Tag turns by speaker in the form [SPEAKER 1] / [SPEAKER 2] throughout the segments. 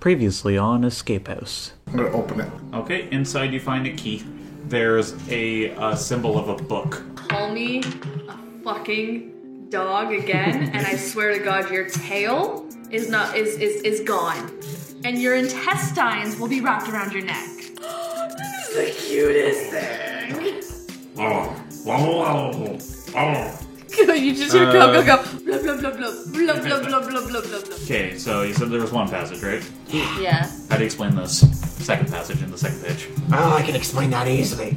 [SPEAKER 1] Previously on Escape House.
[SPEAKER 2] I'm gonna open it.
[SPEAKER 3] Okay, inside you find a key. There's a, uh symbol of a book.
[SPEAKER 4] Call me a fucking dog again, and I swear to God, your tail is not is is is gone, and your intestines will be wrapped around your neck. this is the cutest thing.
[SPEAKER 5] Oh, oh, oh. Uh,
[SPEAKER 4] you just hear go go go blah blah blah blah blah blah blah blah blah blah. blah.
[SPEAKER 3] Okay, so you said there was one passage, right?
[SPEAKER 4] Yeah.
[SPEAKER 3] How do you explain this second passage in the second page?
[SPEAKER 6] Oh, I can explain that easily.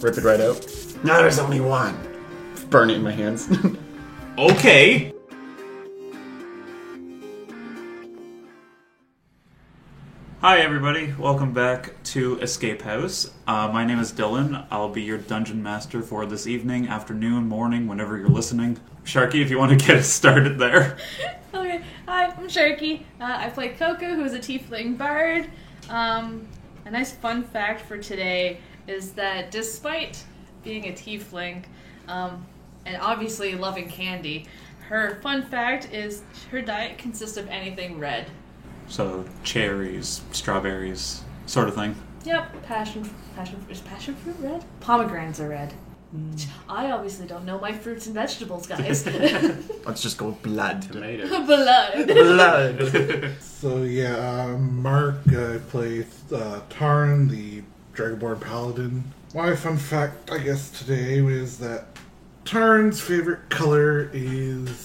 [SPEAKER 2] Rip it right out.
[SPEAKER 6] No, there's only one.
[SPEAKER 7] Burn it in my hands.
[SPEAKER 3] Okay! Hi, everybody. Welcome back to Escape House. Uh, my name is Dylan. I'll be your dungeon master for this evening, afternoon, morning, whenever you're listening. Sharky, if you want to get us started there.
[SPEAKER 8] Okay, hi, I'm Sharky. Uh, I play Coco, who is a tiefling bard. Um, a nice fun fact for today is that despite being a tiefling, um, and obviously loving candy, her fun fact is her diet consists of anything red.
[SPEAKER 3] So, cherries, strawberries, sort of thing.
[SPEAKER 8] Yep, passion, passion is passion fruit red? Mm. Pomegranates are red. I obviously don't know my fruits and vegetables, guys.
[SPEAKER 7] Let's just go blood.
[SPEAKER 5] Tomato.
[SPEAKER 8] Blood.
[SPEAKER 7] Blood.
[SPEAKER 2] So yeah, uh, Mark uh, plays uh, Tarn, the Dragonborn Paladin. My fun fact, I guess, today was that Tarn's favorite color is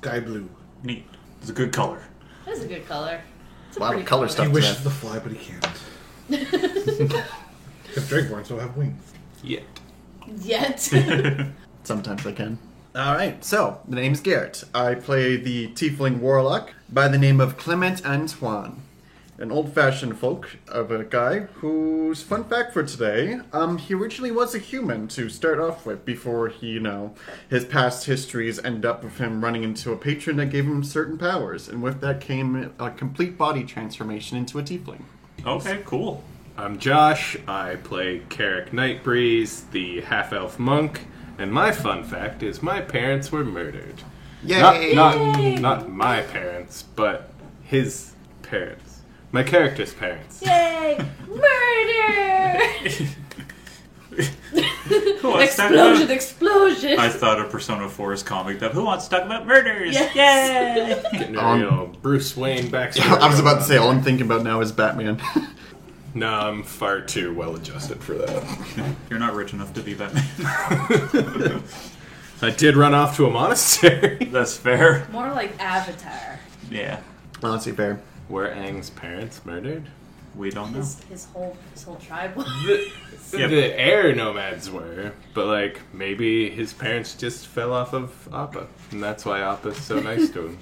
[SPEAKER 2] sky blue.
[SPEAKER 3] Neat. It's a good color.
[SPEAKER 8] That's a good color. It's
[SPEAKER 7] A lot of
[SPEAKER 8] pretty
[SPEAKER 7] color
[SPEAKER 2] He
[SPEAKER 7] stuff.
[SPEAKER 2] wishes
[SPEAKER 7] Today.
[SPEAKER 2] to fly, but he can't. Because Dragonborns don't have wings.
[SPEAKER 3] Yeah.
[SPEAKER 8] Yet.
[SPEAKER 7] Sometimes I can. All right. So the name's Garrett. I play the tiefling warlock by the name of Clement Antoine, an old-fashioned folk of a guy whose fun fact for today: um, he originally was a human to start off with before he, you know, his past histories end up with him running into a patron that gave him certain powers, and with that came a complete body transformation into a tiefling.
[SPEAKER 3] Okay, cool.
[SPEAKER 5] I'm Josh. I play Carrick Nightbreeze, the half elf monk. And my fun fact is my parents were murdered.
[SPEAKER 7] Yay!
[SPEAKER 5] Not, not, not my parents, but his parents. My character's parents.
[SPEAKER 8] Yay! Murder!
[SPEAKER 3] Who wants to talk
[SPEAKER 8] explosion!
[SPEAKER 3] about-
[SPEAKER 8] Explosion!
[SPEAKER 3] I thought of Persona 4's comic that who wants to talk about murders?
[SPEAKER 8] Yes.
[SPEAKER 3] Yay!
[SPEAKER 5] Getting a
[SPEAKER 7] Um,
[SPEAKER 5] real Bruce Wayne backstory.
[SPEAKER 7] I was about to say all I'm thinking about now is Batman.
[SPEAKER 5] No, I'm far too well adjusted for that.
[SPEAKER 3] You're not rich enough to be Batman.
[SPEAKER 5] I did run off to a monastery.
[SPEAKER 3] That's fair.
[SPEAKER 8] More like Avatar.
[SPEAKER 3] Yeah.
[SPEAKER 7] Honestly, fair.
[SPEAKER 5] Were Aang's parents murdered?
[SPEAKER 3] We don't know.
[SPEAKER 8] His, his whole his whole tribe. was.
[SPEAKER 5] The,
[SPEAKER 3] Yep.
[SPEAKER 5] the air nomads were, but like maybe his parents just fell off of Appa, and that's why Appa's so nice to him.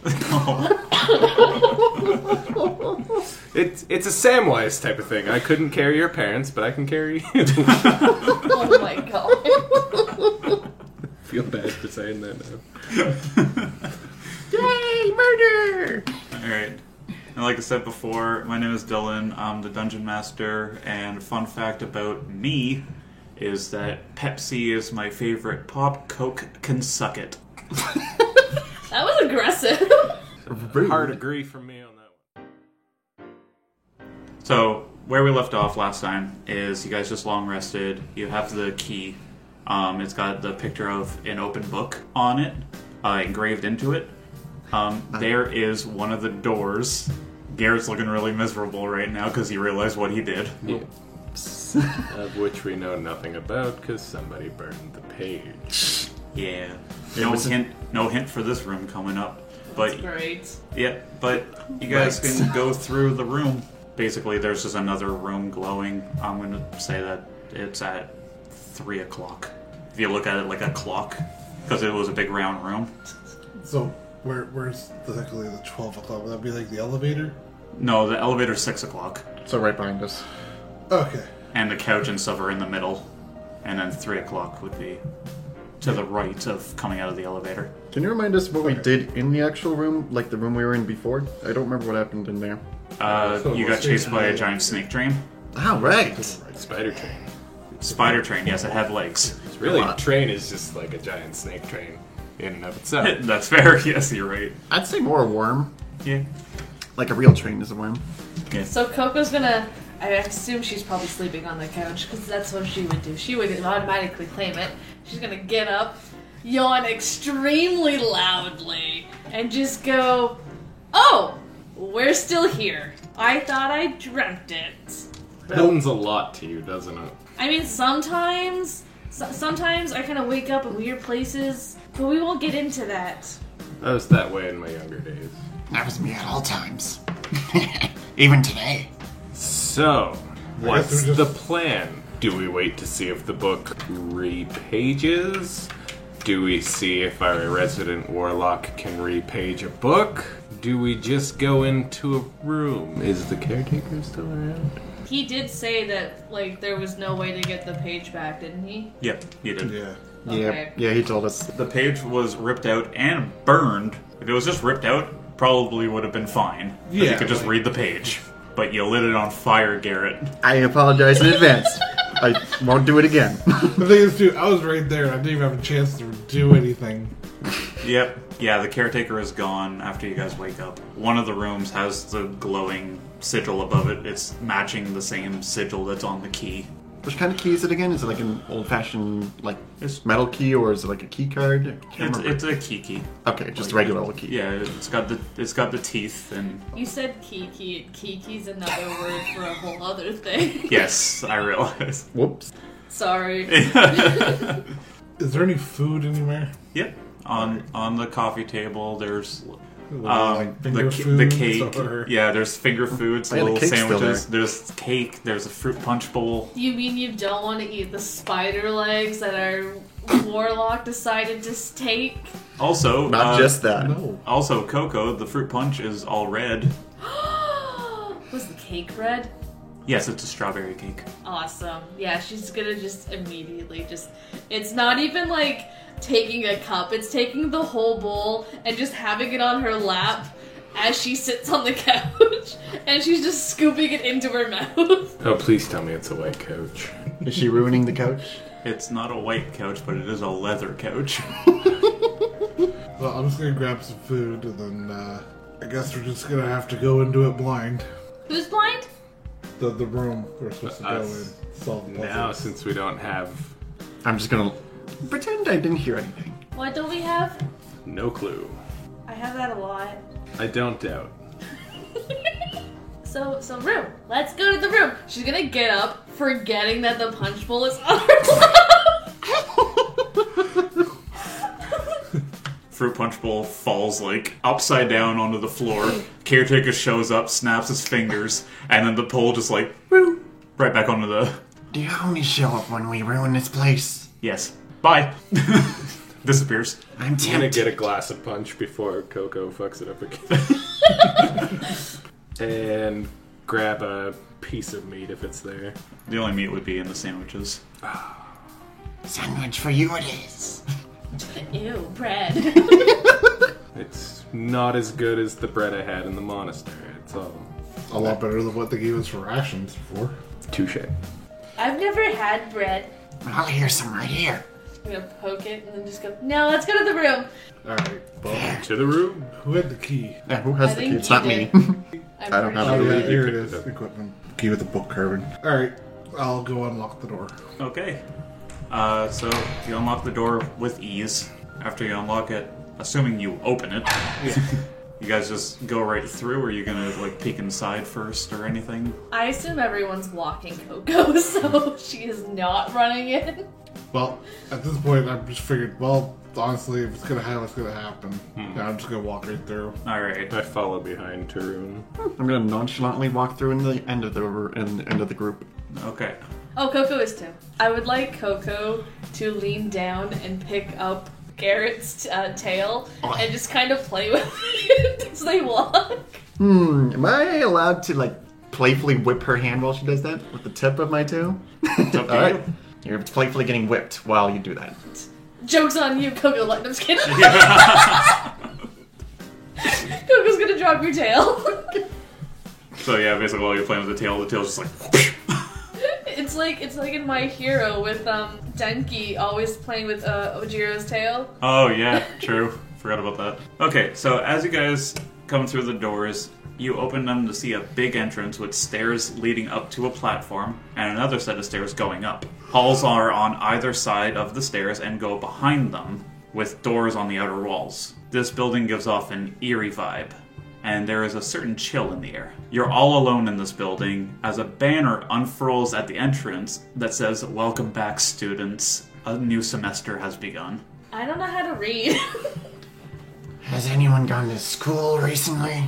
[SPEAKER 5] It's it's a Samwise type of thing. I couldn't carry your parents, but I can carry you.
[SPEAKER 8] oh my god.
[SPEAKER 5] Feel bad for saying that now.
[SPEAKER 3] All right. And like I said before, my name is Dylan. I'm the dungeon master. And fun fact about me is that Pepsi is my favorite pop. Coke can suck it.
[SPEAKER 8] That was aggressive.
[SPEAKER 5] Hard agree from me on that
[SPEAKER 3] So where we left off last time is you guys just long rested. You have the key. Um, it's got the picture of an open book on it, uh, engraved into it. Um, there is one of the doors. Garrett's looking really miserable right now because he realized what he did.
[SPEAKER 5] one. Of which we know nothing about because somebody burned the page.
[SPEAKER 3] Yeah. No hint. No hint for this room coming up. But
[SPEAKER 8] Great.
[SPEAKER 3] yeah, but you guys can go through the room. Basically, there's just another room glowing. I'm gonna say that it's at three o'clock. If you look at it like a clock, because it was a big round room.
[SPEAKER 2] So where, where's technically the 12 o'clock? Would that be like the elevator?
[SPEAKER 3] No, the elevator's six o'clock,
[SPEAKER 7] So right behind us.
[SPEAKER 2] Okay.
[SPEAKER 3] and the couch and stuff are in the middle, and then three o'clock would be to the right of coming out of the elevator.
[SPEAKER 7] Can you remind us what we did in the actual room, like the room we were in before? I don't remember what happened in there.
[SPEAKER 3] Uh, you got chased by a giant snake train,
[SPEAKER 7] All right.
[SPEAKER 5] Spider train.
[SPEAKER 3] spider train. Yes, it had legs.
[SPEAKER 5] It's really train is just like a giant snake train in and of itself.
[SPEAKER 3] That's fair. Yes, you're right.
[SPEAKER 7] I'd say more worm.
[SPEAKER 3] Yeah.
[SPEAKER 7] like a real train is a worm.
[SPEAKER 8] So Coco's gonna. I assume she's probably sleeping on the couch because that's what she would do. She would automatically claim it. She's gonna get up, yawn extremely loudly, and just go, "Oh, we're still here. I thought I dreamt it."
[SPEAKER 5] That means a lot to you, doesn't it?
[SPEAKER 8] I mean, sometimes, so- sometimes I kind of wake up in weird places, but we won't get into that.
[SPEAKER 5] I was that way in my younger days.
[SPEAKER 6] That was me at all times. Even today.
[SPEAKER 5] So, what's
[SPEAKER 2] guess we just-
[SPEAKER 5] the plan? Do we wait to see if the book repages? Do we see if our resident warlock can repage a book? Do we just go into a room? Is the caretaker still around?
[SPEAKER 8] He did say that like there was no way to get the page back, didn't he?
[SPEAKER 3] Yep, you did.
[SPEAKER 2] Yeah.
[SPEAKER 8] Okay.
[SPEAKER 7] Yeah, he told us.
[SPEAKER 3] The page was ripped out and burned. If it was just ripped out, probably would have been fine. 'cause
[SPEAKER 2] Yeah,
[SPEAKER 3] you could just
[SPEAKER 2] like-
[SPEAKER 3] read the page. But you lit it on fire, Garrett.
[SPEAKER 7] I apologize in advance. I won't do it again.
[SPEAKER 2] The thing is, too, I was right there. I didn't even have a chance to do anything.
[SPEAKER 3] Yep. Yeah, the caretaker is gone after you guys wake up. One of the rooms has the glowing sigil above it. It's matching the same sigil that's on the key.
[SPEAKER 7] Which kind of key is it again? Is it like an old-fashioned like
[SPEAKER 3] It's-
[SPEAKER 7] metal key, or is it like a key card? I can't
[SPEAKER 3] It's,
[SPEAKER 7] remember.
[SPEAKER 3] it's a key key.
[SPEAKER 7] okay, just a regular old key.
[SPEAKER 3] Yeah, it's got the it's got the teeth and
[SPEAKER 8] You said Kiki. Kiki's another word for a whole other thing.
[SPEAKER 3] yes, I realize.
[SPEAKER 7] Whoops.
[SPEAKER 8] Sorry.
[SPEAKER 2] Is there any food anywhere?
[SPEAKER 3] Yep. On on the coffee table, there's um,
[SPEAKER 2] Like
[SPEAKER 3] the,
[SPEAKER 2] finger
[SPEAKER 3] ca- the
[SPEAKER 2] foods
[SPEAKER 3] cake.
[SPEAKER 2] or-
[SPEAKER 3] Yeah, there's finger foods,
[SPEAKER 7] Oh, yeah, the
[SPEAKER 3] little
[SPEAKER 7] cake's still
[SPEAKER 3] sandwiches. There's cake. There's a fruit punch bowl.
[SPEAKER 8] you mean you don't want to eat the spider legs that our warlock decided to take?
[SPEAKER 3] Also,
[SPEAKER 7] Not
[SPEAKER 3] uh,
[SPEAKER 7] just that.
[SPEAKER 2] No.
[SPEAKER 3] also Coco. The fruit punch is all red.
[SPEAKER 8] Was the cake red?
[SPEAKER 3] Yes, it's a strawberry cake.
[SPEAKER 8] Awesome. Yeah, she's gonna just immediately just. It's not even like taking a cup, it's taking the whole bowl and just having it on her lap as she sits on the couch and she's just scooping it into her mouth.
[SPEAKER 5] Oh, please tell me it's a white coach.
[SPEAKER 7] Is she ruining the couch?
[SPEAKER 3] It's not a white couch, but it is a leather couch.
[SPEAKER 2] Well, I'm just gonna grab some food and then uh, I guess we're just gonna have to go into it blind.
[SPEAKER 8] Who's blind?
[SPEAKER 2] The the room we're supposed to go in.
[SPEAKER 5] Us.
[SPEAKER 2] Solve the
[SPEAKER 5] Now,
[SPEAKER 2] puzzle.
[SPEAKER 5] since we don't have
[SPEAKER 7] I'm just gonna pretend I didn't hear anything.
[SPEAKER 8] What don't we have?
[SPEAKER 5] no clue,
[SPEAKER 8] I have that a lot.
[SPEAKER 5] I don't doubt.
[SPEAKER 8] So, so room. Let's go to the room. She's gonna get up, forgetting that the punch bowl is on her lap.
[SPEAKER 3] Fruit punch bowl falls like upside down onto the floor. Caretaker shows up, snaps his fingers, and then the pole just like woo, right back onto the
[SPEAKER 6] Do you only show up when we ruin this place?
[SPEAKER 3] yes. Bye. Disappears.
[SPEAKER 6] I'm
[SPEAKER 5] I'm gonna
[SPEAKER 6] tempted.
[SPEAKER 5] get a glass of punch before Coco fucks it up again. and grab a piece of meat if it's there.
[SPEAKER 3] The only meat would be in the sandwiches.
[SPEAKER 6] Sandwich for you it is.
[SPEAKER 8] Ew, bread.
[SPEAKER 5] It's not as good as the bread I had in the monastery. It's all
[SPEAKER 2] a lot better than what they gave us for rations before.
[SPEAKER 5] touche.
[SPEAKER 8] I've never had bread.
[SPEAKER 6] I'll hear some right here.
[SPEAKER 8] I'm gonna poke it and then just go. No, let's go to the room.
[SPEAKER 2] All right. Well,
[SPEAKER 5] To the room.
[SPEAKER 2] who had the key?
[SPEAKER 7] Yeah, who
[SPEAKER 8] I
[SPEAKER 7] has the
[SPEAKER 8] think
[SPEAKER 7] key? It's
[SPEAKER 8] you
[SPEAKER 7] not
[SPEAKER 8] did.
[SPEAKER 7] me.
[SPEAKER 8] I'm
[SPEAKER 7] I don't
[SPEAKER 8] pretty
[SPEAKER 7] have
[SPEAKER 2] Oh
[SPEAKER 8] sure.
[SPEAKER 7] it.
[SPEAKER 2] yeah,
[SPEAKER 5] believe you
[SPEAKER 2] here it
[SPEAKER 5] picked
[SPEAKER 2] is.
[SPEAKER 5] it up.
[SPEAKER 2] Equipment. Key with the book, Carvin. All right. I'll go unlock the door.
[SPEAKER 3] Okay. Uh, so you unlock the door with ease. After you unlock it, assuming you open it, you guys just go right through. Or are you gonna like peek inside first or anything?
[SPEAKER 8] I assume everyone's walking Coco, so she is not running in.
[SPEAKER 2] Well, at this point, I just figured. Well, honestly, if it's gonna happen, it's gonna happen.
[SPEAKER 5] Hmm.
[SPEAKER 2] And I'm just gonna walk right through.
[SPEAKER 3] All right.
[SPEAKER 5] I follow behind Tarun.
[SPEAKER 7] I'm gonna nonchalantly walk through in the end of the in the end of the group.
[SPEAKER 3] Okay.
[SPEAKER 8] Oh, Coco is too. I would like Coco to lean down and pick up Garrett's uh, tail and just kind of play with it as they walk.
[SPEAKER 7] Hmm, am I allowed to like playfully whip her hand while she does that with the tip of my tail?
[SPEAKER 3] up to
[SPEAKER 7] All
[SPEAKER 3] you.
[SPEAKER 7] right, you're playfully getting whipped while you do that.
[SPEAKER 8] Joke's on you, Coco. Like, I'm just kidding. Coco's gonna drop your tail.
[SPEAKER 3] So yeah, basically while you're playing with the tail, the tail's just like
[SPEAKER 8] it's like it's like in My Hero with um Denki always playing with uh, Ojiro's tail.
[SPEAKER 3] Oh yeah, true. Forgot about that. Okay, so as you guys come through the doors, You open them to see a big entrance with stairs leading up to a platform and another set of stairs going up. Halls are on either side of the stairs and go behind them with doors on the outer walls. This building gives off an eerie vibe, and there is a certain chill in the air. You're all alone in this building as a banner unfurls at the entrance that says, Welcome back, students. A new semester has begun.
[SPEAKER 8] I don't know how to read.
[SPEAKER 6] Has anyone gone to school recently?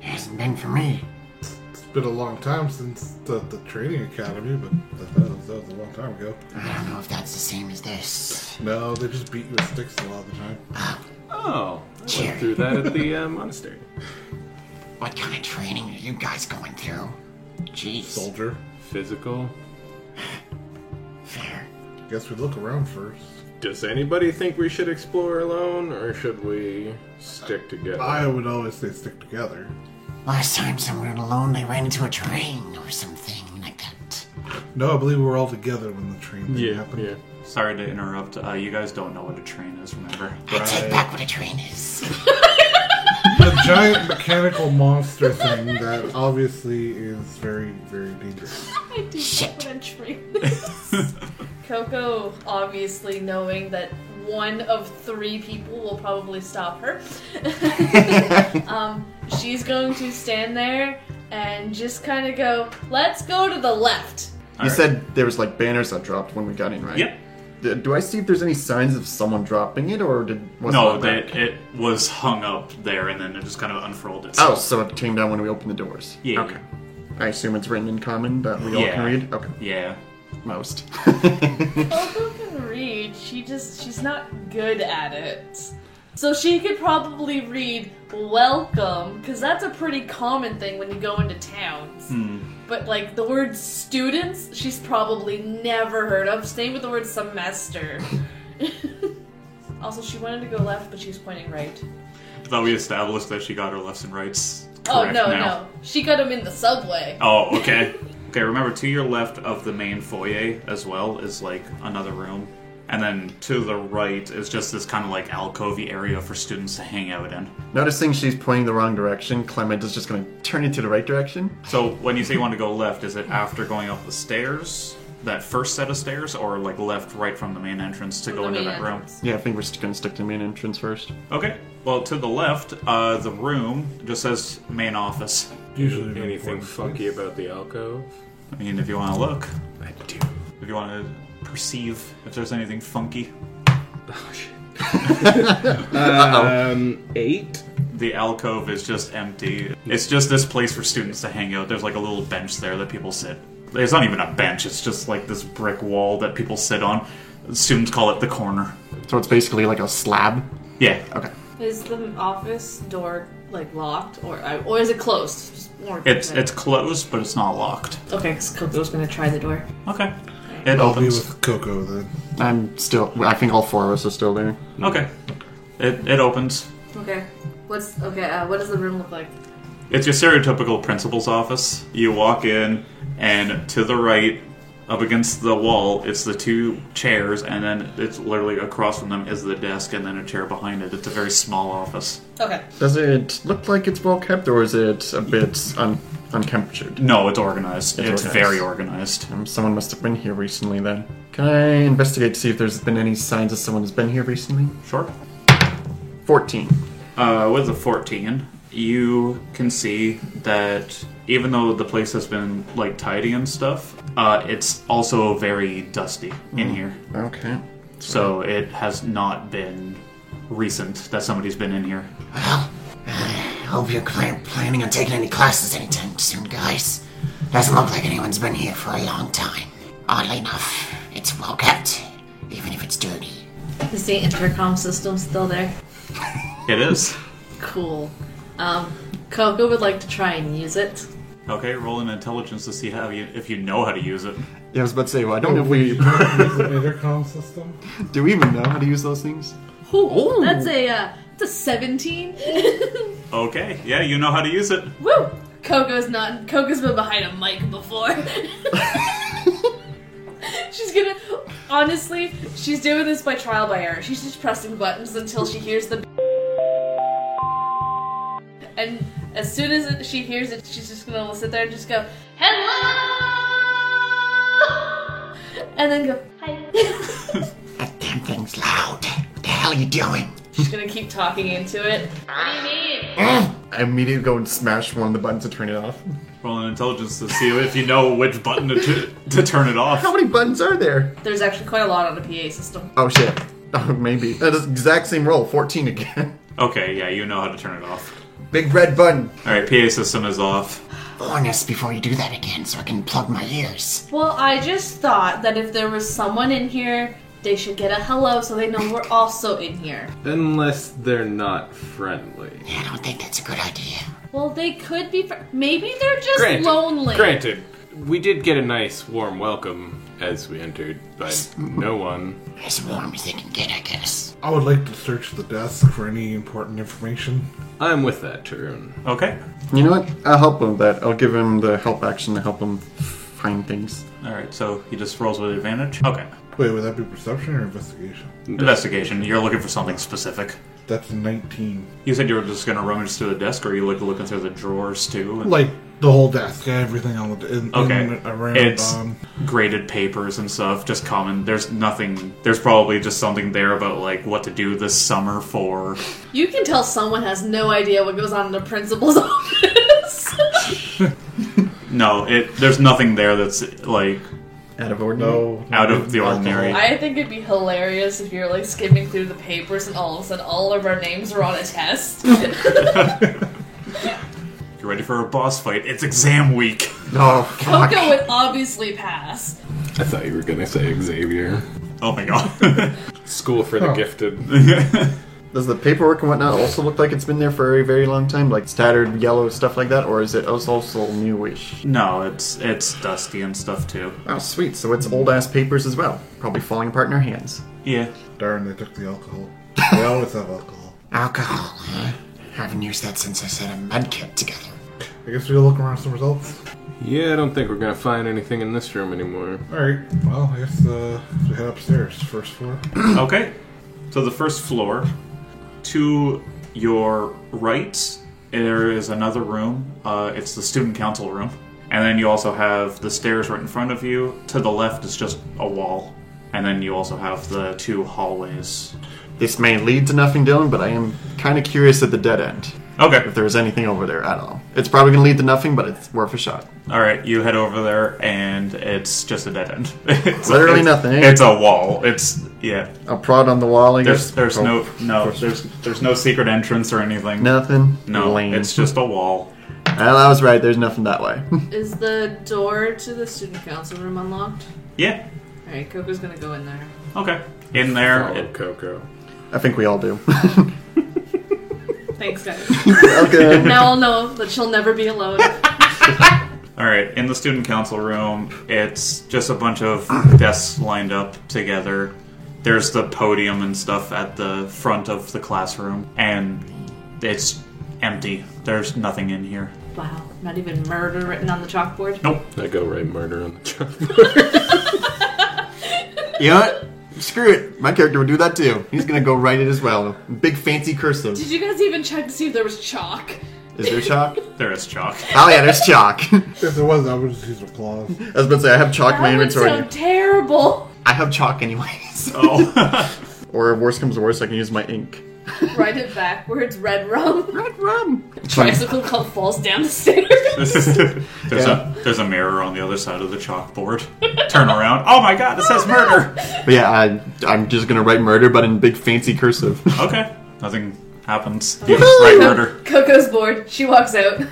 [SPEAKER 6] It hasn't been for me.
[SPEAKER 2] It's been a long time since the, the training academy, but that, that, was, that was a long time ago.
[SPEAKER 6] I don't know if that's the same as this.
[SPEAKER 2] No, they just beat you with sticks a lot of the time.
[SPEAKER 5] Oh, I
[SPEAKER 6] Jerry.
[SPEAKER 5] went through that at the uh, monastery.
[SPEAKER 6] What kind of training are you guys going through? Jeez.
[SPEAKER 2] Soldier.
[SPEAKER 5] Physical.
[SPEAKER 6] Fair.
[SPEAKER 2] Guess we look around first.
[SPEAKER 5] Does anybody think we should explore alone, or should we stick together?
[SPEAKER 2] I would always say stick together.
[SPEAKER 6] Last time someone went alone, they ran into a train or something like that.
[SPEAKER 2] No, I believe we were all together when the train thing
[SPEAKER 5] yeah,
[SPEAKER 2] happened.
[SPEAKER 5] yeah.
[SPEAKER 3] Sorry to interrupt. Uh, you guys don't know what a train is, remember?
[SPEAKER 6] I take back what a train is.
[SPEAKER 2] The giant mechanical monster thing that obviously is very, very dangerous.
[SPEAKER 8] I do
[SPEAKER 6] Shit.
[SPEAKER 8] what I'm trained. Coco, obviously knowing that one of three people will probably stop her, um, she's going to stand there and just kind of go, "Let's go to the left."
[SPEAKER 7] you
[SPEAKER 3] Alright.
[SPEAKER 7] said there was like banners that dropped when we got in, right?
[SPEAKER 3] Yep.
[SPEAKER 7] D- do I see if there's any signs of someone dropping it, or did was
[SPEAKER 3] No,
[SPEAKER 7] it
[SPEAKER 3] they,
[SPEAKER 7] back?
[SPEAKER 3] it was hung up there and then it just kind of unfurled
[SPEAKER 7] Oh,
[SPEAKER 3] itself.
[SPEAKER 7] so it came down when we opened the doors.
[SPEAKER 3] Yeah.
[SPEAKER 7] Okay. I assume it's written in common that we all
[SPEAKER 3] Yeah.
[SPEAKER 7] can read. Okay.
[SPEAKER 3] Yeah.
[SPEAKER 7] Most.
[SPEAKER 8] Coco can read. She just she's not good at it. So she could probably read welcome, because that's a pretty common thing when you go into towns.
[SPEAKER 3] Hmm.
[SPEAKER 8] But like the word students, she's probably never heard of. Same with the word semester. also, she wanted to go left, but she was pointing right.
[SPEAKER 3] Thought we established that she got her lesson rights. Correct
[SPEAKER 8] oh no,
[SPEAKER 3] now.
[SPEAKER 8] no, she got him in the subway.
[SPEAKER 3] Oh, okay. okay, remember to your left of the main foyer as well is like another room. And then to the right is just this kind of like alcovey area for students to hang out in.
[SPEAKER 7] Noticing she's pointing the wrong direction, Clement is just going to turn into the right direction.
[SPEAKER 3] So when you say you want to go left, is it after going up the stairs, that first set of stairs, or like left right from the main entrance to go
[SPEAKER 8] the
[SPEAKER 3] into
[SPEAKER 8] main
[SPEAKER 3] that room?
[SPEAKER 8] entrance.
[SPEAKER 7] Yeah, I think we're just going to stick to the main entrance first.
[SPEAKER 3] Okay. Well, to the left, uh, the room just says main office.
[SPEAKER 2] Usually
[SPEAKER 5] Anything funky about the alcove?
[SPEAKER 3] I mean, if you want to look,
[SPEAKER 5] I do.
[SPEAKER 3] if you want to perceive if there's anything funky.
[SPEAKER 5] Oh shit. um, eight.
[SPEAKER 3] The alcove is just empty. It's just this place for students to hang out. There's like a little bench there that people sit. It's not even a bench, it's just like this brick wall that people sit on. Students call it the corner.
[SPEAKER 7] So it's basically like a slab.
[SPEAKER 3] Yeah.
[SPEAKER 7] Okay.
[SPEAKER 8] Is the office door like locked, or or is it closed? Just more
[SPEAKER 3] It's it's closed, but it's not locked.
[SPEAKER 8] Okay, because Coco's gonna try the door.
[SPEAKER 3] Okay. It
[SPEAKER 2] I'll be
[SPEAKER 3] opens.
[SPEAKER 2] with Coco then.
[SPEAKER 7] I'm still. I think all four of us are still there.
[SPEAKER 3] Okay. It it opens.
[SPEAKER 8] Okay. What's okay? Uh, what does the room look like?
[SPEAKER 3] It's your stereotypical principal's office. You walk in, and to the right, up against the wall, it's the two chairs, and then it's literally across from them is the desk, and then a chair behind it. It's a very small office.
[SPEAKER 8] Okay.
[SPEAKER 7] Does it look like it's well kept, or is it a bit un- uncaptured?
[SPEAKER 3] No, it's organized. It's,
[SPEAKER 7] It's organized.
[SPEAKER 3] very organized.
[SPEAKER 7] Um, someone must have been here recently then. Can I investigate to see if there's been any signs that someone has been here recently?
[SPEAKER 3] Sure.
[SPEAKER 7] 14.
[SPEAKER 3] Uh, with a 14, you can see that even though the place has been like tidy and stuff, uh, it's also very dusty in here.
[SPEAKER 7] Okay.
[SPEAKER 3] So it has not been recent that somebody's been in here.
[SPEAKER 6] Well, I hope you're cl- planning on taking any classes anytime soon, guys. Doesn't look like anyone's been here for a long time. Oddly enough, it's well kept, even if it's dirty.
[SPEAKER 8] Is the intercom system still there?
[SPEAKER 3] It is.
[SPEAKER 8] Cool. Um, Coco would like to try and use it.
[SPEAKER 3] Okay, roll an intelligence to see how you if you know how to use it.
[SPEAKER 7] Yeah, I was about to say, well, I don't know if
[SPEAKER 2] We
[SPEAKER 7] we
[SPEAKER 2] use an intercom system.
[SPEAKER 7] do we even know how to use those things.
[SPEAKER 8] Ooh, that's a uh, that's a seventeen.
[SPEAKER 3] Okay, yeah, you know how to use it.
[SPEAKER 8] Woo! Coco's not. Coco's been behind a mic before. she's gonna. Honestly, she's doing this by trial by error. She's just pressing buttons until she hears the. And As soon as it- she hears it, she's just gonna sit there and just go, "Hello," and then go, "Hi."
[SPEAKER 6] That damn thing's loud. What the hell are you doing?
[SPEAKER 8] she's gonna keep talking into it. What do you need?
[SPEAKER 7] I immediately go and smash one of the buttons to turn it off.
[SPEAKER 3] Roll an intelligence to see if you know which button to, t- to turn it off.
[SPEAKER 7] How many buttons are there?
[SPEAKER 8] There's actually quite a lot on the PA system.
[SPEAKER 7] Oh shit. Oh, maybe. That is the exact same roll. 14 again.
[SPEAKER 3] Okay, yeah, you know how to turn it off.
[SPEAKER 7] Big red button.
[SPEAKER 3] All right, PA system is off.
[SPEAKER 6] Warn us before you do that again so I can plug my ears.
[SPEAKER 8] Well, I just thought that if there was someone in here, they should get a hello so they know we're also in here.
[SPEAKER 5] Unless they're not friendly.
[SPEAKER 6] Yeah, I don't think that's a good idea.
[SPEAKER 8] Well, they could be. Fr- Maybe they're just
[SPEAKER 5] Granted,
[SPEAKER 8] lonely.
[SPEAKER 5] Granted, we did get a nice warm welcome as we entered, but no one.
[SPEAKER 6] As warm as they can get, I guess.
[SPEAKER 2] I would like to search the desk for any important information.
[SPEAKER 5] I'm with that, Tarun.
[SPEAKER 3] Okay.
[SPEAKER 7] You know what? I'll help him with that. I'll give him the help action to help him find things.
[SPEAKER 3] All right, so he just rolls with advantage. Okay.
[SPEAKER 2] Wait, would that be perception or investigation?
[SPEAKER 3] Investigation. You're looking for something specific.
[SPEAKER 2] That's a 19.
[SPEAKER 3] You said you were just gonna rummage through the desk, or you like looking through the drawers too? And
[SPEAKER 2] Like the whole desk, everything on the in,
[SPEAKER 3] Okay.
[SPEAKER 2] in, around.
[SPEAKER 3] It's-
[SPEAKER 2] um,
[SPEAKER 3] graded papers and stuff, just common. There's nothing. There's probably just something there about like what to do this summer for.
[SPEAKER 8] You can tell someone has no idea what goes on in the principal's office.
[SPEAKER 3] No, it. There's nothing there that's like
[SPEAKER 7] Out of ordinary. No.
[SPEAKER 3] out of the ordinary.
[SPEAKER 8] I think it'd be hilarious if you're like skimming through the papers and all of a sudden all of our names are on a test.
[SPEAKER 3] You're ready for a boss fight. It's exam week.
[SPEAKER 7] Oh. fuck.
[SPEAKER 8] Coco would obviously pass.
[SPEAKER 5] I thought you were gonna say Xavier.
[SPEAKER 3] Oh my god.
[SPEAKER 5] School for the gifted.
[SPEAKER 7] Does the paperwork and whatnot also look like it's been there for a very, very long time? Like tattered yellow stuff like that? Or is it also- also newish?
[SPEAKER 3] no, it's it's dusty and stuff too.
[SPEAKER 7] Oh, sweet. So it's old ass papers as well. Probably falling apart in our hands.
[SPEAKER 3] Yeah.
[SPEAKER 2] darn, they took the alcohol. They always have alcohol.
[SPEAKER 6] Alcohol, huh? Haven't used that since I said a mud kit together.
[SPEAKER 2] I guess we'll look around some results.
[SPEAKER 5] Yeah, I don't think we're gonna find anything in this room anymore.
[SPEAKER 2] Alright, well, I guess uh, we head upstairs, first floor.
[SPEAKER 3] Okay. So the first floor, to your right, there is another room. Uh, it's the student council room, and then you also have the stairs right in front of you. To the left is just a wall, and then you also have the two hallways.
[SPEAKER 7] This may lead to nothing, Dylan, but I am kind of curious at the dead end.
[SPEAKER 3] Okay.
[SPEAKER 7] If there is anything over there at all. It's probably going to lead to nothing, but it's worth a shot.
[SPEAKER 3] All right. You head over there, and it's just a dead end. It's-
[SPEAKER 7] Literally
[SPEAKER 3] it's-
[SPEAKER 7] nothing, eh?
[SPEAKER 3] It's a wall. It's yeah.
[SPEAKER 7] I'll prod on the wall, I
[SPEAKER 3] There's
[SPEAKER 7] guess.
[SPEAKER 3] there's
[SPEAKER 7] Oh,
[SPEAKER 3] no no there's there's no secret entrance or anything.
[SPEAKER 7] Nothing.
[SPEAKER 3] No,
[SPEAKER 7] Lame.
[SPEAKER 3] it's just a wall.
[SPEAKER 7] Well, I was right. There's nothing that way.
[SPEAKER 8] Is the door to the student council room unlocked?
[SPEAKER 3] Yeah.
[SPEAKER 8] Alright, Coco's gonna go in there.
[SPEAKER 3] Okay. In there,
[SPEAKER 5] Oh,
[SPEAKER 3] it-
[SPEAKER 5] Coco.
[SPEAKER 7] I think we all do.
[SPEAKER 8] Thanks, guys.
[SPEAKER 7] okay.
[SPEAKER 8] now I'll know that she'll never be alone.
[SPEAKER 3] All right, in the student council room, it's just a bunch of desks lined up together. There's the podium and stuff at the front of the classroom, and it's empty. There's nothing in here.
[SPEAKER 8] Wow, not even murder written on the chalkboard.
[SPEAKER 3] Nope.
[SPEAKER 5] I go right murder on the job.
[SPEAKER 7] You know what? Screw it. My character would do that too. He's gonna go write it as well. Big fancy cursive.
[SPEAKER 8] Did you guys even check to see if there was chalk?
[SPEAKER 7] Is there chalk?
[SPEAKER 3] There is chalk.
[SPEAKER 7] Oh yeah, there's chalk. I
[SPEAKER 2] If there was, I would just use applause.
[SPEAKER 7] was about to say I have chalk in my
[SPEAKER 8] That would
[SPEAKER 7] inventory.
[SPEAKER 8] sound terrible.
[SPEAKER 7] I have chalk anyways.
[SPEAKER 3] Oh.
[SPEAKER 7] Or if worse comes to worse, I can use my ink.
[SPEAKER 8] Write it backwards, red rum.
[SPEAKER 7] Red rum.
[SPEAKER 8] Tricycle club falls down the stairs.
[SPEAKER 3] there's
[SPEAKER 7] Yeah.
[SPEAKER 3] a there's a mirror on the other side of the chalkboard. Turn around. Oh my god, it says murder.
[SPEAKER 7] But yeah, I, I'm just gonna write murder, but in big fancy cursive.
[SPEAKER 3] Okay. Nothing happens. You just write murder.
[SPEAKER 8] Coco's bored. She walks out.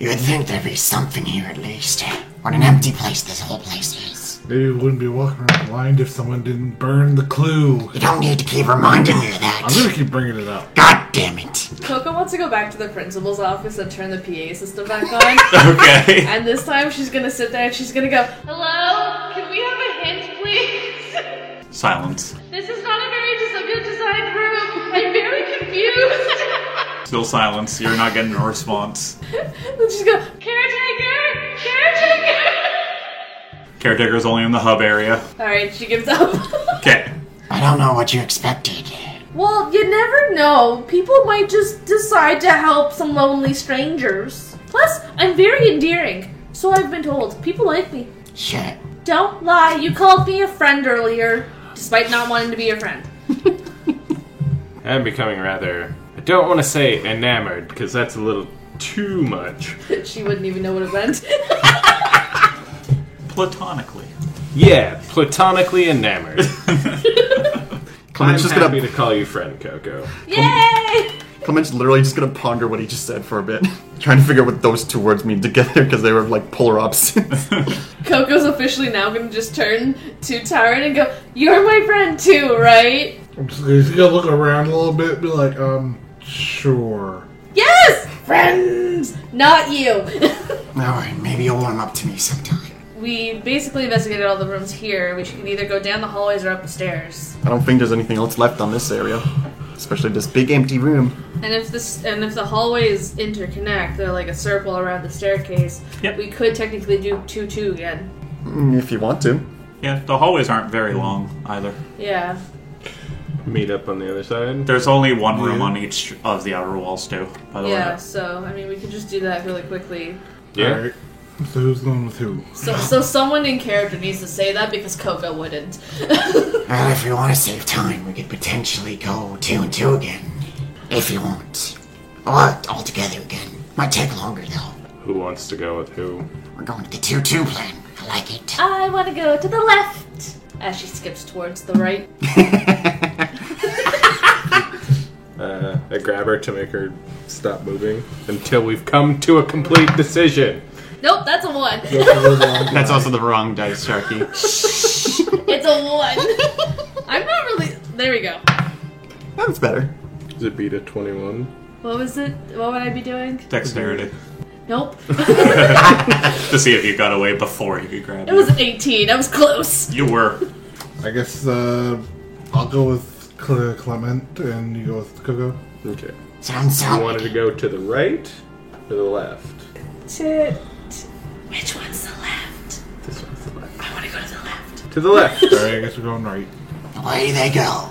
[SPEAKER 6] You would think there'd be something here at least. What an empty place this whole place is.
[SPEAKER 2] Maybe we wouldn't be walking around blind if someone didn't burn the clue.
[SPEAKER 6] You don't need to keep reminding me of
[SPEAKER 2] I'm
[SPEAKER 6] that.
[SPEAKER 2] gonna keep bringing it up.
[SPEAKER 6] God damn it.
[SPEAKER 8] Coco wants to go back to the principal's office and turn the PA system back on.
[SPEAKER 3] Okay.
[SPEAKER 8] and this time she's gonna sit there and she's gonna go, Hello? Can we have a hint, please?
[SPEAKER 3] Silence.
[SPEAKER 8] This is not a very des- good designed room. I'm very confused.
[SPEAKER 3] Still silence. You're not getting a response.
[SPEAKER 8] Let's just go, caretaker, caretaker.
[SPEAKER 3] Caretaker's only in the hub area.
[SPEAKER 8] All right, she gives up.
[SPEAKER 3] Okay.
[SPEAKER 6] I don't know what you expected,
[SPEAKER 4] Well, you never know. People might just decide to help some lonely strangers. Plus, I'm very endearing, so I've been told. People like me.
[SPEAKER 6] Shit.
[SPEAKER 4] Don't lie, you called me a friend earlier, despite not wanting to be a friend.
[SPEAKER 5] I'm becoming rather, I don't want to say enamored, because that's a little too much.
[SPEAKER 4] she wouldn't even know what it meant.
[SPEAKER 3] Platonically.
[SPEAKER 5] Yeah, platonically enamored.
[SPEAKER 7] Clement's
[SPEAKER 5] I'm
[SPEAKER 7] just
[SPEAKER 5] happy
[SPEAKER 7] gonna
[SPEAKER 5] to call you friend, Coco.
[SPEAKER 4] Yay!
[SPEAKER 7] Clement's literally just gonna ponder what he just said for a bit, trying to figure out what those two words mean together because they were like polar opposites.
[SPEAKER 8] Coco's officially now gonna just turn to Taryn and go, You're my friend too, right?
[SPEAKER 2] I'm just gonna, just gonna look around a little bit, and be like, um, sure.
[SPEAKER 4] Yes! Friends! Not you!
[SPEAKER 6] Alright, maybe you'll warm up to me sometime.
[SPEAKER 8] We basically investigated all the rooms here. We should either go down the hallways or up the stairs.
[SPEAKER 7] I don't think there's anything else left on this area, especially this big empty room.
[SPEAKER 8] And if this and if the hallways interconnect, they're like a circle around the staircase.
[SPEAKER 3] Yep.
[SPEAKER 8] We could technically do two two again.
[SPEAKER 7] Mm, If you want to,
[SPEAKER 3] Yeah, the hallways aren't very long either.
[SPEAKER 8] Yeah.
[SPEAKER 5] Meet up on the other side.
[SPEAKER 3] There's only one room on each of the outer walls, too, by the
[SPEAKER 8] Yeah,
[SPEAKER 3] way.
[SPEAKER 8] so I mean we could just do that really quickly.
[SPEAKER 5] Yeah.
[SPEAKER 2] Alright. So who's going with who?
[SPEAKER 8] So so someone in character needs to say that because Coco wouldn't.
[SPEAKER 6] Well, if we want to save time, we could potentially go two and two again. If you want. Or all together again. Might take longer though.
[SPEAKER 5] Who wants to go with who?
[SPEAKER 6] We're going to the two two plan. I like it.
[SPEAKER 8] I wanna go to the left. As she skips towards the right.
[SPEAKER 5] Uh, I grab her to make her stop moving until we've come to a complete decision.
[SPEAKER 8] Nope, that's a one.
[SPEAKER 9] That's also the wrong dice, Sharky.
[SPEAKER 8] It's a one. I'm not really. There we go.
[SPEAKER 7] that was better.
[SPEAKER 5] Does it beat a 21?
[SPEAKER 8] What was it? What would I be doing?
[SPEAKER 3] Dexterity.
[SPEAKER 8] Nope.
[SPEAKER 3] To see if you got away before he could grab
[SPEAKER 8] It
[SPEAKER 3] you.
[SPEAKER 8] was an 18. I was close.
[SPEAKER 3] you were.
[SPEAKER 2] I guess, uh, I'll go with Cle- Clement and you go with Coco.
[SPEAKER 5] Okay.
[SPEAKER 6] Sounds
[SPEAKER 5] You
[SPEAKER 6] solid.
[SPEAKER 5] wanted to go to the right or the left?
[SPEAKER 4] Which one's the left?
[SPEAKER 5] This one's the left.
[SPEAKER 4] I wanna go to the left.
[SPEAKER 5] To the left.
[SPEAKER 2] Alright, I guess we're going right.
[SPEAKER 6] Away they go.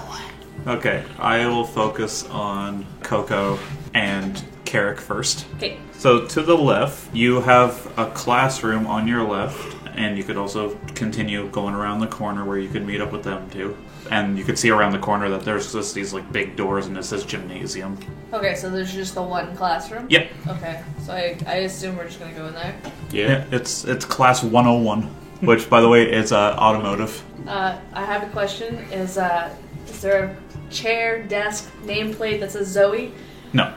[SPEAKER 3] Okay, I will focus on Coco and Carrick first.
[SPEAKER 8] Okay.
[SPEAKER 3] So to the left, you have a classroom on your left, and you could also continue going around the corner where you could meet up with them too. And you could see around the corner that there's just these like big doors, and it says gymnasium.
[SPEAKER 8] Okay, so there's just the one classroom?
[SPEAKER 3] Yep.
[SPEAKER 8] Okay, so I, I assume we're just gonna go in there.
[SPEAKER 3] Yeah, it's it's class 101, which by the way is uh, automotive.
[SPEAKER 8] Uh, I have a question. Is uh, is there a chair, desk, nameplate that says Zoe?
[SPEAKER 3] No,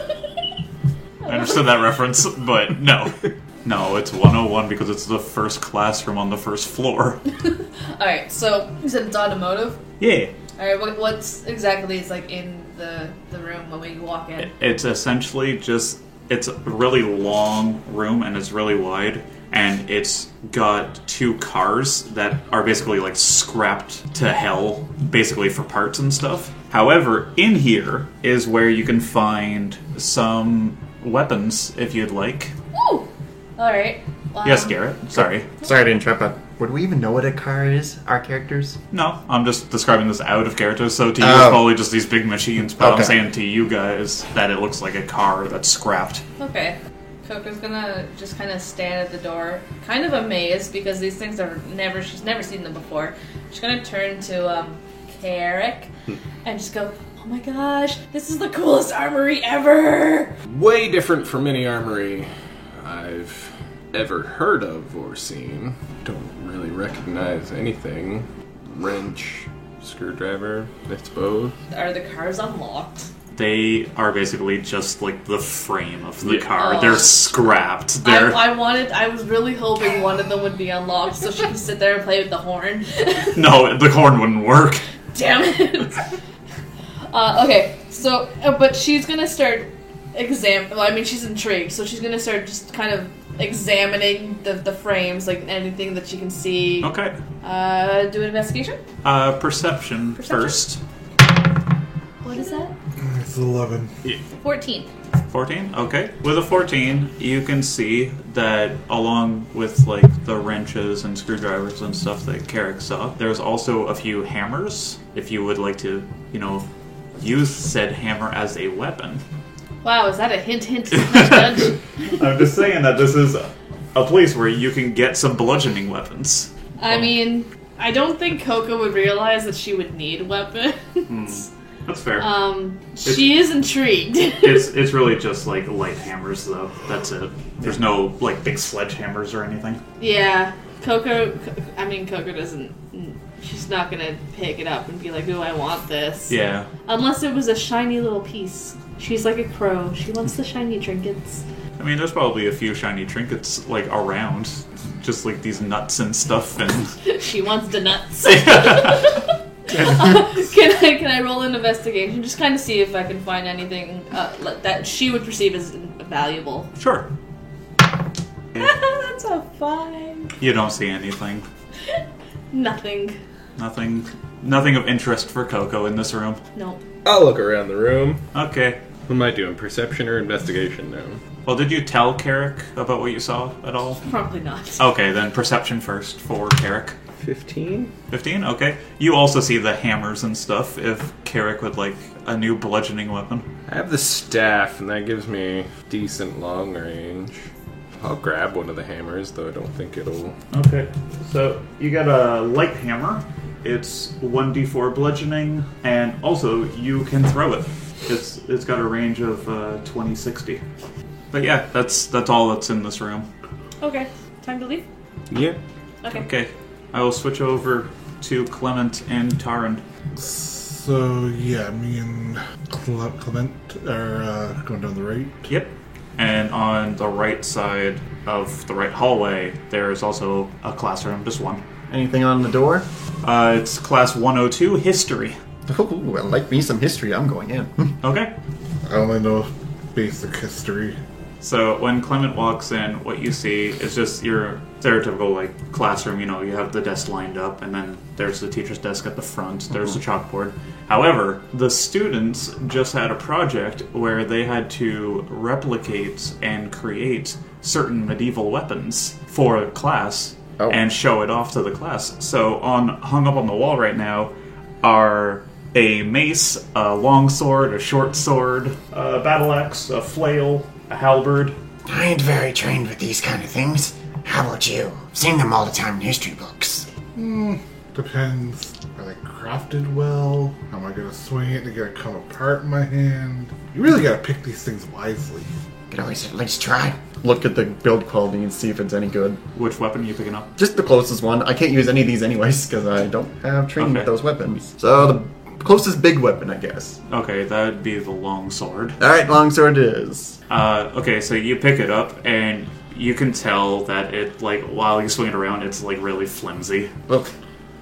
[SPEAKER 3] I understood that reference, but no, no, it's 101 because it's the first classroom on the first floor.
[SPEAKER 8] Alright, so you said it's automotive.
[SPEAKER 3] Yeah.
[SPEAKER 8] Alright, what, what's exactly is like in the, the room when we walk in?
[SPEAKER 3] It's essentially just it's a really long room and it's really wide and it's got two cars that are basically like scrapped to hell basically for parts and stuff. However, in here is where you can find some weapons if you'd like.
[SPEAKER 8] Ooh! Alright. Um,
[SPEAKER 3] yes, Garrett. Sorry.
[SPEAKER 7] Sorry I didn't trap that.
[SPEAKER 9] Would we even know what a car is? Our characters?
[SPEAKER 3] No, I'm just describing this out of character. So to you,
[SPEAKER 7] Oh.
[SPEAKER 3] it's probably just these big machines. But
[SPEAKER 7] Okay.
[SPEAKER 3] I'm saying to you guys that it looks like a car that's scrapped.
[SPEAKER 8] Okay. Coco's gonna just kind of stand at the door, kind of amazed because these things are never, she's never seen them before. She's gonna turn to, um, Carrick and just go, oh my gosh, this is the coolest armory ever!
[SPEAKER 5] Way different from any armory I've ever heard of or seen. Don't really recognize anything. Wrench, screwdriver, it's both.
[SPEAKER 8] Are the cars unlocked?
[SPEAKER 3] They are basically just like the frame of the
[SPEAKER 5] Yeah.
[SPEAKER 3] car.
[SPEAKER 8] Oh.
[SPEAKER 3] They're scrapped.
[SPEAKER 8] I,
[SPEAKER 3] They're
[SPEAKER 8] I wanted, I was really hoping one of them would be unlocked so she could sit there and play with the horn.
[SPEAKER 3] no, the horn wouldn't work.
[SPEAKER 8] Damn it. uh, okay, so uh, but she's gonna start exam. Well, I mean, she's intrigued, so she's gonna start just kind of examining the, the frames, like anything that she can see.
[SPEAKER 3] Okay.
[SPEAKER 8] Uh, do an investigation.
[SPEAKER 3] Uh, perception,
[SPEAKER 8] Perception?
[SPEAKER 3] first.
[SPEAKER 8] What is that?
[SPEAKER 2] It's 11.
[SPEAKER 8] 14.
[SPEAKER 3] 14 okay with a 14 you can see that along with like the wrenches and screwdrivers and stuff that carrick saw there's also a few hammers if you would like to you know use said hammer as a weapon
[SPEAKER 8] Wow, is that a hint, hint, nudge, nudge?
[SPEAKER 3] i'm just saying that this is a, a place where you can get some bludgeoning weapons
[SPEAKER 8] I mean, I don't think Coco would realize that she would need weapons.
[SPEAKER 3] that's fair
[SPEAKER 8] Um, she is intrigued.
[SPEAKER 3] Hmm. it's it's really just like light hammers though that's it there's no like big sledgehammers or anything
[SPEAKER 8] yeah, Coco. I mean, Coco doesn't. She's not gonna pick it up and be like, "Ooh, I want this."
[SPEAKER 3] yeah
[SPEAKER 8] Unless it was a shiny little piece. She's like a crow. She wants the shiny trinkets.
[SPEAKER 3] I mean, there's probably a few shiny trinkets like around, just like these nuts and stuff. And
[SPEAKER 8] she wants the nuts. Uh, can I can I roll an investigation? Just kind of see if I can find anything uh, like- that she would perceive as valuable.
[SPEAKER 3] sure,
[SPEAKER 8] That's a fine.
[SPEAKER 3] you don't see anything,
[SPEAKER 8] Nothing.
[SPEAKER 3] nothing, nothing of interest for Coco in this room.
[SPEAKER 8] Nope.
[SPEAKER 5] I'll look around the room.
[SPEAKER 3] Okay.
[SPEAKER 5] What am I doing? Perception or investigation now?
[SPEAKER 3] Well, did you tell Carrick about what you saw at all?
[SPEAKER 8] Probably not.
[SPEAKER 3] Okay, then perception first for Carrick.
[SPEAKER 5] 15?
[SPEAKER 3] Fifteen. Okay. You also see the hammers and stuff. If Carrick would like a new bludgeoning weapon.
[SPEAKER 5] I have the staff, and that gives me decent long range. I'll grab one of the hammers, though I don't think it'll.
[SPEAKER 3] Okay. So you got a light hammer. It's 1d4 bludgeoning, and also you can throw it. It's it's got a range of uh, 20, 60. But yeah, that's that's all that's in this room.
[SPEAKER 8] Okay. Time to leave.
[SPEAKER 5] Yeah.
[SPEAKER 8] Oh. Okay.
[SPEAKER 3] Okay, I will switch over to Clement and Tarrant.
[SPEAKER 2] So, yeah, me and Cle- Clement are uh, going down the right.
[SPEAKER 3] Yep. And on the right side of the right hallway, there is also a classroom, just one.
[SPEAKER 7] Anything on the door?
[SPEAKER 3] Uh, it's class 102, history.
[SPEAKER 7] Ooh, I like me some history. I'm going in.
[SPEAKER 3] Okay.
[SPEAKER 2] I only know basic history.
[SPEAKER 3] So when Clement walks in, what you see is just your stereotypical like classroom. You know, you have the desks lined up, and then there's the teacher's desk at the front. There's the chalkboard. However, the students just had a project where they had to replicate and create certain medieval weapons for class
[SPEAKER 7] Oh.
[SPEAKER 3] and show it off to the class. So on hung up on the wall right now are a mace, a long sword, a short sword, a battle axe, a flail, a halberd.
[SPEAKER 6] I ain't very trained with these kind of things. How about you? Seen them all the time in history books.
[SPEAKER 2] Depends. Are they crafted well? How am I going to swing it? They're going to come apart in my hand. You really got to pick these things wisely.
[SPEAKER 6] Could always at least try.
[SPEAKER 7] Look at the build quality and see if it's any good.
[SPEAKER 3] Which weapon are you picking up?
[SPEAKER 7] Just the closest one. I can't use any of these anyways because I don't have training with
[SPEAKER 3] Okay.
[SPEAKER 7] those weapons. So the closest big weapon, I guess.
[SPEAKER 3] Okay, that'd be the long sword.
[SPEAKER 7] All right, longsword it is.
[SPEAKER 3] Uh, okay, so you pick it up and you can tell that it like while you swing it around, it's like really flimsy.
[SPEAKER 7] Look,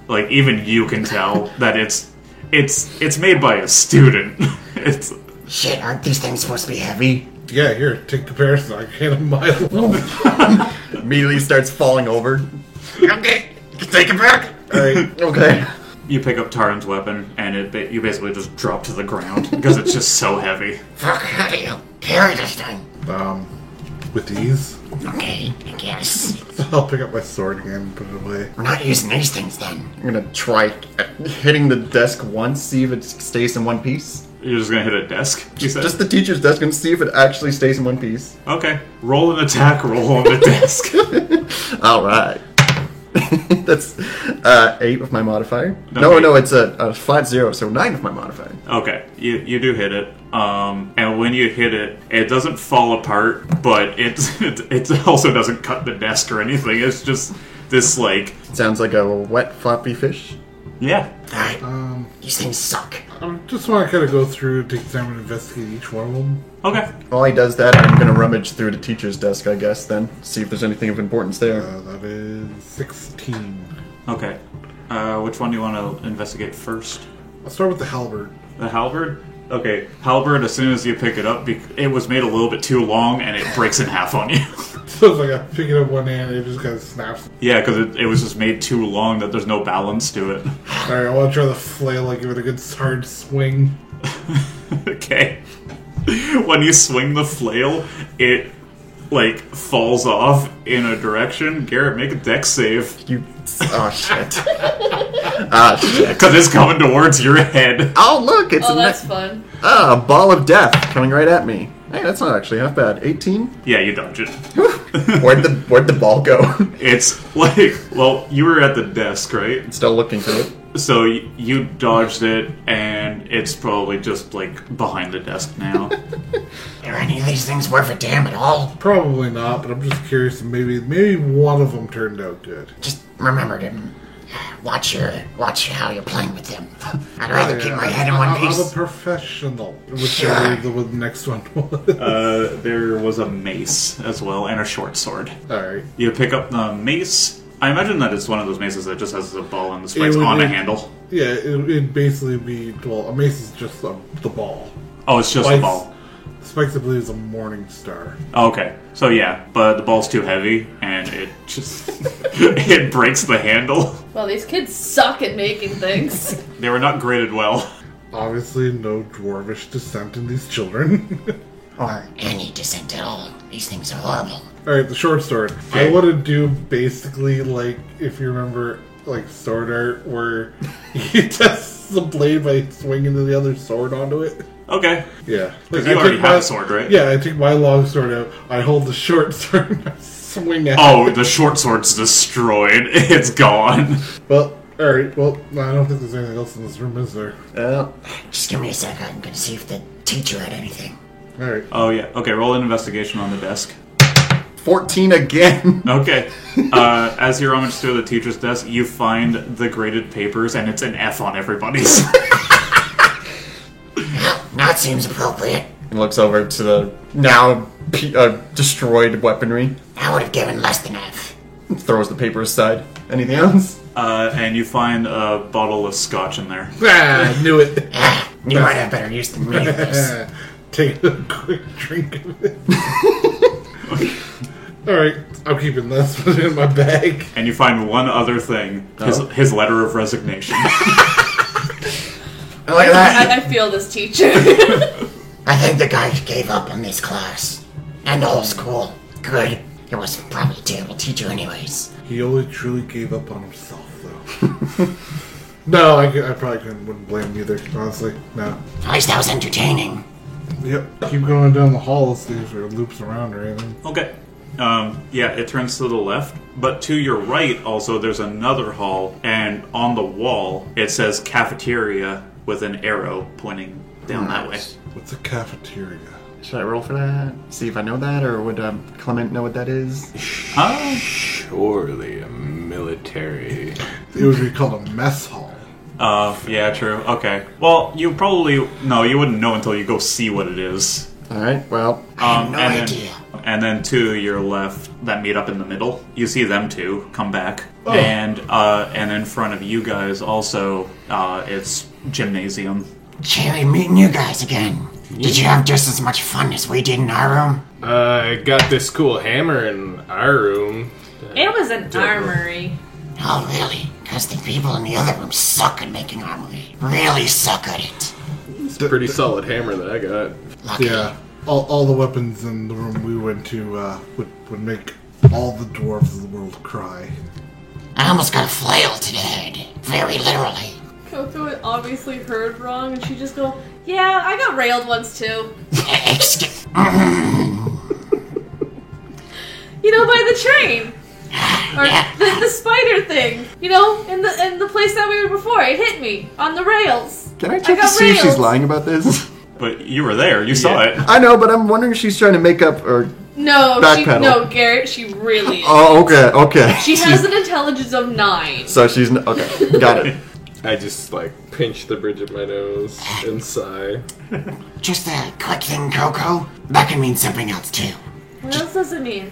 [SPEAKER 3] Like even you can tell that it's it's it's made by a student. it's
[SPEAKER 6] Shit, aren't these things supposed to be heavy?
[SPEAKER 2] Yeah, here, take comparison. I can't a mile.
[SPEAKER 7] immediately starts falling over.
[SPEAKER 6] okay, take it back.
[SPEAKER 7] All right, okay.
[SPEAKER 3] you pick up Taran's weapon and it ba- you basically just drop to the ground because it's just so heavy.
[SPEAKER 6] Fuck, how do you carry this thing?
[SPEAKER 2] um, with these,
[SPEAKER 6] Okay, I guess.
[SPEAKER 2] I'll pick up my sword again and put it away.
[SPEAKER 6] We're not using these things then.
[SPEAKER 7] I'm gonna try hitting the desk once, see if it stays in one piece.
[SPEAKER 3] You're just gonna hit a desk. You said.
[SPEAKER 7] Just the teacher's desk and see if it actually stays in one piece.
[SPEAKER 3] okay, roll an attack roll on the desk.
[SPEAKER 7] All right. That's uh, eight with my modifier. No,
[SPEAKER 3] Okay.
[SPEAKER 7] no, it's a, a flat zero, so nine with my modifier.
[SPEAKER 3] Okay, you, you do hit it. Um, and when you hit it, it doesn't fall apart, but it's, it, it also doesn't cut the desk or anything. It's just this, like,
[SPEAKER 7] Sounds like a wet floppy fish.
[SPEAKER 3] yeah.
[SPEAKER 6] Alright,
[SPEAKER 2] Um,
[SPEAKER 6] these things suck.
[SPEAKER 2] I Um, just want to kind of go through to examine and investigate each one of them.
[SPEAKER 3] Okay.
[SPEAKER 7] While he does that, I'm gonna rummage through the teacher's desk, I guess, then see if there's anything of importance there.
[SPEAKER 2] Uh, that is 16.
[SPEAKER 3] Okay. Uh, which one do you want to investigate first?
[SPEAKER 2] I'll start with the halberd.
[SPEAKER 3] The halberd? Okay, halberd, as soon as you pick it up, bec it was made a little bit too long and it breaks in half on you.
[SPEAKER 2] So it's like I pick it up one hand and it just kind of snaps.
[SPEAKER 3] yeah, because it, it was just made too long that there's no balance to it.
[SPEAKER 2] Alright, I want to try the flail, like give it a good hard swing.
[SPEAKER 3] okay. When you swing the flail, it like falls off in a direction. Garrett, make a deck save
[SPEAKER 7] You. Oh shit. Ah shit.
[SPEAKER 3] because it's coming towards your head.
[SPEAKER 7] Oh look, it's
[SPEAKER 8] Oh,
[SPEAKER 7] a,
[SPEAKER 8] that's
[SPEAKER 7] ne-
[SPEAKER 8] fun.
[SPEAKER 7] ah, a ball of death coming right at me. Hey, that's not actually half bad. 18.
[SPEAKER 3] Yeah, you dodge it.
[SPEAKER 7] Where'd the Where'd the ball go?
[SPEAKER 3] It's like, well, you were at the desk, right?
[SPEAKER 7] Still looking for it.
[SPEAKER 3] So y- you dodged it, and it's probably just like behind the desk now.
[SPEAKER 6] Are any of these things worth a damn at all?
[SPEAKER 2] Probably not, but I'm just curious. if Maybe maybe one of them turned out good.
[SPEAKER 6] Just remember to mm, watch your watch how you're playing with them. I'd rather keep my head in
[SPEAKER 2] I-
[SPEAKER 6] one
[SPEAKER 2] I'm a
[SPEAKER 6] piece.
[SPEAKER 2] professional. Whichever the, the next one was.
[SPEAKER 3] uh, there was a mace as well, and a short sword.
[SPEAKER 2] All right.
[SPEAKER 3] You pick up the mace. I imagine that it's one of those maces that just has the ball and the spikes
[SPEAKER 2] It would
[SPEAKER 3] on the
[SPEAKER 2] be-
[SPEAKER 3] handle.
[SPEAKER 2] Yeah, it, it'd basically be well, a mace is just a, the ball.
[SPEAKER 3] Oh, it's just a
[SPEAKER 2] Spikes-
[SPEAKER 3] ball. Oh,
[SPEAKER 2] Spikes, I believe, is a morning star.
[SPEAKER 3] Okay, so yeah, but the ball's too heavy, and it just it breaks the handle.
[SPEAKER 8] Well, these kids suck at making things.
[SPEAKER 3] They were not graded well.
[SPEAKER 2] Obviously, no dwarvish descent in these children.
[SPEAKER 6] Or any descent at all. These things are horrible.
[SPEAKER 2] All right, the short sword. I want to do basically like if you remember, like sword art, where he tests the blade by swinging the other sword onto it.
[SPEAKER 3] Okay,
[SPEAKER 2] Yeah, like,
[SPEAKER 3] you
[SPEAKER 2] I
[SPEAKER 3] already
[SPEAKER 2] take
[SPEAKER 3] have
[SPEAKER 2] my-
[SPEAKER 3] a sword, right?
[SPEAKER 2] Yeah, I take my long sword out. I hold the short sword. and I swing at.
[SPEAKER 3] Oh, the short sword's destroyed. It's gone.
[SPEAKER 2] Well, all right. Well, I don't think there's anything else in this room, is there?
[SPEAKER 7] Uh,
[SPEAKER 6] Just give me a sec. I'm gonna see if the teacher had anything.
[SPEAKER 2] All right.
[SPEAKER 3] Oh yeah. Okay, roll an investigation on the desk.
[SPEAKER 7] 14 again.
[SPEAKER 3] Okay. Uh, as you rummage through the teacher's desk, you find the graded papers, and it's an F on everybody's.
[SPEAKER 6] Now it seems appropriate.
[SPEAKER 7] And looks over to the now pe- uh, destroyed weaponry.
[SPEAKER 6] I would have given less than F.
[SPEAKER 7] Throws the paper aside. Anything else?
[SPEAKER 3] uh, and you find a bottle of scotch in there. Um,
[SPEAKER 2] Ah, knew it.
[SPEAKER 6] Ah, you might have better use than me for this.
[SPEAKER 2] Take a quick drink of it. All right, I'm keeping this one in my bag.
[SPEAKER 3] And you find one other thing: his,
[SPEAKER 7] Oh.
[SPEAKER 3] his letter of resignation.
[SPEAKER 6] Look at that.
[SPEAKER 8] I, I feel this teacher.
[SPEAKER 6] I think the guy gave up on this class. And the whole school. Good. It was probably a terrible teacher anyways.
[SPEAKER 2] He only truly gave up on himself, though. no, I, could- I probably couldn't, wouldn't blame him either, honestly. No.
[SPEAKER 6] At least that was entertaining.
[SPEAKER 2] Yep. Keep going down the hall, see if there are loops around or anything.
[SPEAKER 3] okay. Um, yeah, it turns to the left, but to your right also there's another hall, and on the wall it says cafeteria with an arrow pointing down that way.
[SPEAKER 2] What's a cafeteria?
[SPEAKER 9] Should I roll for that?
[SPEAKER 7] See if I know that, or would um, Clement know what that is?
[SPEAKER 3] Huh?
[SPEAKER 5] Surely a military.
[SPEAKER 2] It would be called a mess hall.
[SPEAKER 3] Uh, yeah, true. Okay. Well, you probably no, you wouldn't know until you go see what it is.
[SPEAKER 7] Alright, well,
[SPEAKER 8] Uh,
[SPEAKER 3] Um,
[SPEAKER 6] no
[SPEAKER 3] and
[SPEAKER 6] idea.
[SPEAKER 3] Then, and then to your left, that meet up in the middle. You see them two come back,
[SPEAKER 6] Oh.
[SPEAKER 3] and uh, and in front of you guys also, uh, it's gymnasium.
[SPEAKER 6] Cherry, meeting you guys again. Did you have just as much fun as we did in our room?
[SPEAKER 5] Uh, I got this cool hammer in our room.
[SPEAKER 8] it was an armory.
[SPEAKER 6] Oh, really? Because the people in the other room suck at making armory. Really suck at it.
[SPEAKER 5] It's a pretty solid hammer that I got.
[SPEAKER 6] Lucky.
[SPEAKER 2] Yeah. All, all the weapons in the room we went to uh, would, would make all the dwarves of the world cry.
[SPEAKER 6] I almost got a flail to the head. Very literally.
[SPEAKER 8] Coco obviously heard wrong, and she just go, "Yeah, I got railed once too."
[SPEAKER 6] Excuse-
[SPEAKER 8] You know, by the train or
[SPEAKER 6] Yeah.
[SPEAKER 8] the, the spider thing. You know, in the in the place that we were before, it hit me on the rails.
[SPEAKER 7] can I check to
[SPEAKER 8] got
[SPEAKER 7] see if she's
[SPEAKER 8] railed.
[SPEAKER 7] lying about this?
[SPEAKER 3] But you were there. You saw it.
[SPEAKER 7] I know, but I'm wondering if she's trying to make up, or.
[SPEAKER 8] No, she,
[SPEAKER 7] Backpedal.
[SPEAKER 8] no, Garrett, she really. Is.
[SPEAKER 7] Oh, okay, okay.
[SPEAKER 8] She
[SPEAKER 7] She's-
[SPEAKER 8] has an intelligence of nine.
[SPEAKER 7] So she's. n- Okay, got it.
[SPEAKER 5] I just like pinch the bridge of my nose and sigh.
[SPEAKER 6] Just a quick thing, Coco. That could mean something else, too.
[SPEAKER 8] What else does it mean?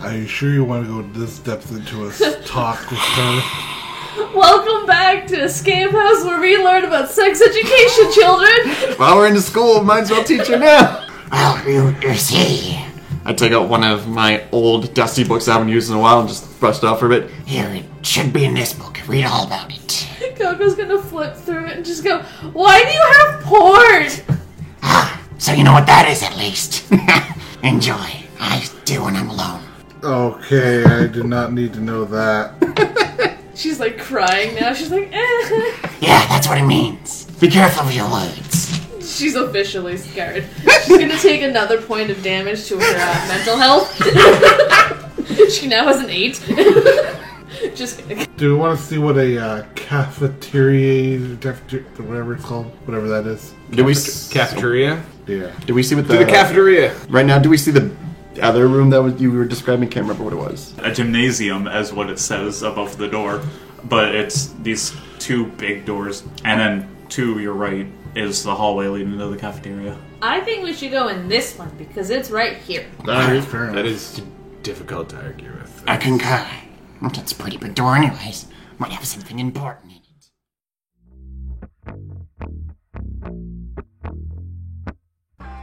[SPEAKER 2] Are you sure you want to go this depth into us talk with her?
[SPEAKER 8] Welcome back to Escape House, where we learn about sex education, children.
[SPEAKER 7] While we're in school, might as well teach her now.
[SPEAKER 6] Well, you, you see,
[SPEAKER 7] I take out one of my old dusty books I haven't used in a while and just brush it off for a bit.
[SPEAKER 6] here, it should be in this book. Read all about it.
[SPEAKER 8] Coco's gonna flip through it and just go, Why do you have porn?
[SPEAKER 6] Ah, so you know what that is at least. Enjoy. I do when I'm alone.
[SPEAKER 2] Okay, I did not need to know that.
[SPEAKER 8] She's like crying now. She's like, eh.
[SPEAKER 6] Yeah, that's what it means. Be careful with your words.
[SPEAKER 8] She's officially scared. She's gonna take another point of damage to her uh, mental health. she now has an eight. just kidding.
[SPEAKER 2] Do we want to see what a uh, cafeteria, cafeteria, whatever it's called, whatever that is?
[SPEAKER 7] Do we s-
[SPEAKER 5] Cafeteria? Uh,
[SPEAKER 2] Yeah.
[SPEAKER 7] do we see what the,
[SPEAKER 5] To the cafeteria!
[SPEAKER 7] right now? Do we see the other room that was, you were describing? Can't remember what it was.
[SPEAKER 3] a gymnasium as what it says above the door but it's these two big doors and then to your right is the hallway leading to the cafeteria
[SPEAKER 8] I think we should go in this one because it's right here.
[SPEAKER 5] That is,
[SPEAKER 2] Fair enough.
[SPEAKER 5] that is difficult to argue with.
[SPEAKER 6] I concur. It's a pretty big door, anyways. Might have something important in it.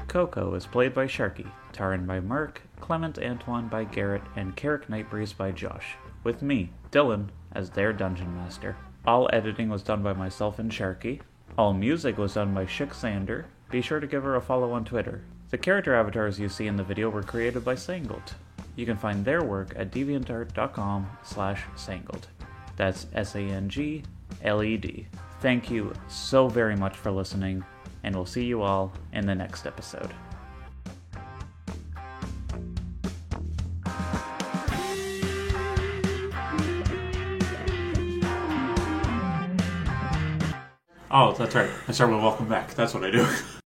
[SPEAKER 1] Coco is played by Sharky, Taran by Mark, Clement Antoine by Garrett, and Carrick Nightbreeze by Josh, with me, Dylan, as their dungeon master. All editing was done by myself and Sharky. All music was done by Shook Sander. Be sure to give her a follow on Twitter. The character avatars you see in the video were created by Sangled. You can find their work at deviantart.com slash sangled. That's S-A-N-G-L-E-D. E Thank you so very much for listening, and we'll see you all in the next episode.
[SPEAKER 3] oh that's right i start with welcome back that's what i do